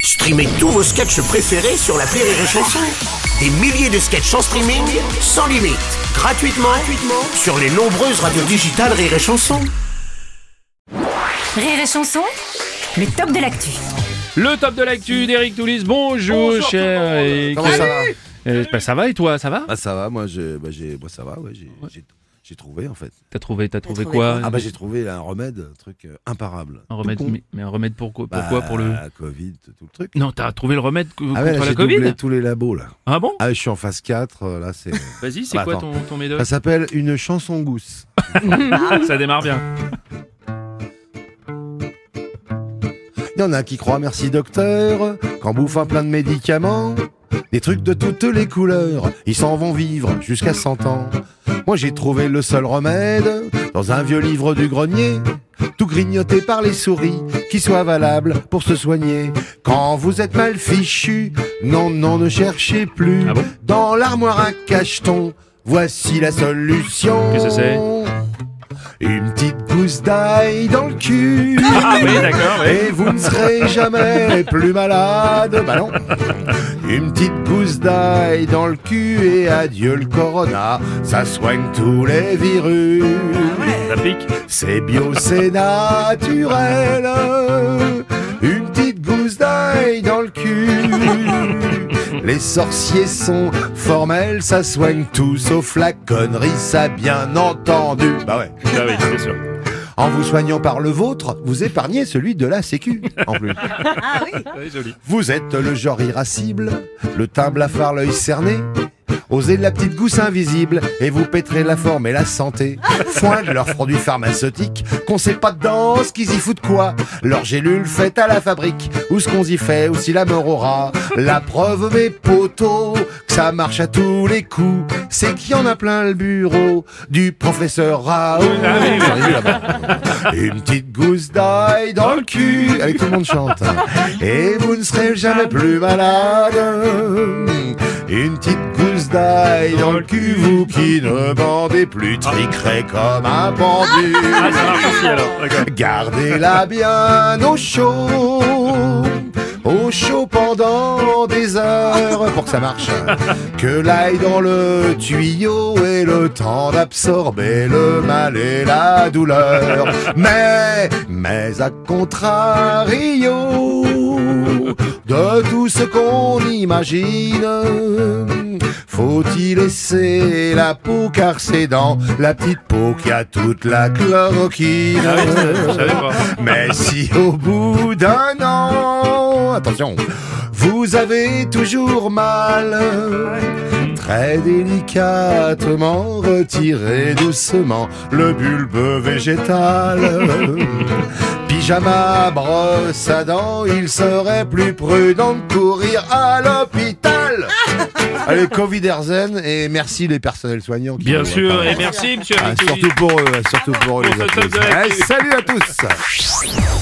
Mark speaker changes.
Speaker 1: Streamez tous vos sketchs préférés sur la Rire et Chanson. Des milliers de sketchs en streaming, sans limite, gratuitement, gratuitement sur les nombreuses radios digitales Rire et Chanson.
Speaker 2: Rire et chanson, le top de l'actu.
Speaker 3: Le top de l'actu d'Eric Toulis. Bonjour, cher Eric.
Speaker 4: Comment ça va
Speaker 3: Euh, bah, ça va et toi, ça va
Speaker 4: Bah ça va, moi je, bah, j'ai, moi ça va, ouais, j'ai, j'ai- j'ai trouvé en fait.
Speaker 3: T'as trouvé, t'as trouvé
Speaker 2: trouvé
Speaker 3: quoi
Speaker 4: Ah bah j'ai trouvé là, un remède, un truc euh, imparable.
Speaker 3: Un remède,
Speaker 4: Tout con.
Speaker 3: mais, mais un remède pour quoi,
Speaker 4: Bah,
Speaker 3: Pourquoi Pour le
Speaker 4: Covid, tout le truc.
Speaker 3: Non, t'as trouvé le remède co- contre
Speaker 4: ah ouais, là,
Speaker 3: la
Speaker 4: j'ai
Speaker 3: Covid
Speaker 4: doublé tous les labos là.
Speaker 3: Ah bon
Speaker 4: Ah je suis en phase 4, euh, là c'est.
Speaker 3: Vas-y, c'est
Speaker 4: Bah,
Speaker 3: quoi
Speaker 4: attends.
Speaker 3: ton, ton médoc
Speaker 4: ça s'appelle une chanson gousse.
Speaker 3: Ça démarre bien.
Speaker 4: Il y en a qui croient merci docteur, qu'en bouffant plein de médicaments, des trucs de toutes les couleurs, ils s'en vont vivre jusqu'à 100 ans. Moi j'ai trouvé le seul remède dans un vieux livre du grenier, tout grignoté par les souris, qui soit valable pour se soigner. Quand vous êtes mal fichu, non, non, ne cherchez plus.
Speaker 3: Ah bon
Speaker 4: dans l'armoire à cachetons, voici la solution.
Speaker 3: Qu'est-ce que c'est
Speaker 4: Une petite gousse d'ail dans le cul.
Speaker 3: Ah oui, d'accord, oui.
Speaker 4: Et vous ne serez jamais plus malade. Bah non. Une petite gousse d'ail dans le cul et adieu le corona. Ça soigne tous les virus.
Speaker 3: Ah Ça pique.
Speaker 4: C'est bio, c'est naturel. Une petite gousse d'ail dans le cul. Les sorciers sont formels, ça soigne tout sauf la connerie, ça bien entendu. Bah ouais.
Speaker 3: Ah oui, c'est sûr.
Speaker 4: En vous soignant par le vôtre, vous épargnez celui de la Sécu. En plus.
Speaker 3: C'est joli.
Speaker 4: Vous êtes le genre irascible, le teint blafard, l'œil cerné. Osez de la petite gousse invisible et vous péterez la forme et la santé. Foin de leurs produits pharmaceutiques, qu'on sait pas dedans ce qu'ils y foutent quoi. Leurs gélules faites à la fabrique, ou ce qu'on y fait, ou si la mort aura. La preuve, mes potos, que ça marche à tous les coups, c'est qu'il y en a plein le bureau du professeur Raoult.
Speaker 3: Ah oui, oui.
Speaker 4: J'en ai vu là-bas. Une petite gousse d'ail dans le cul. Allez, tout le monde chante. Et vous ne serez jamais plus malade. Une petite gousse d'ail dans le cul, vous qui ne bandez plus, triquerez comme un pendu.
Speaker 3: Ah, ça marche aussi alors. D'accord.
Speaker 4: Gardez-la bien au chaud, au chaud pendant des heures pour que ça marche. Que l'ail dans le tuyau et le temps d'absorber le mal et la douleur. Mais, mais à contrario de tout ce qu'on imagine. Faut-il laisser la peau car c'est dans la petite peau qu'il y a toute la chloroquine.
Speaker 3: Ah oui, je savais pas.
Speaker 4: Mais si au bout d'un an, attention, vous avez toujours mal, très délicatement retirez doucement le bulbe végétal. Pyjama, brosse à dents, il serait plus prudent de courir à l'hôpital. Allez, Covid Erzen et merci les personnels soignants. qui
Speaker 3: Bien
Speaker 4: nous
Speaker 3: sûr,
Speaker 4: attendent.
Speaker 3: et merci, monsieur
Speaker 4: Ah,
Speaker 3: Eric Toulis.
Speaker 4: surtout pour eux, surtout pour eux.
Speaker 3: Pour
Speaker 4: les
Speaker 3: ce top de
Speaker 4: applaudissements.
Speaker 3: l'actu.
Speaker 4: Eh, Salut à tous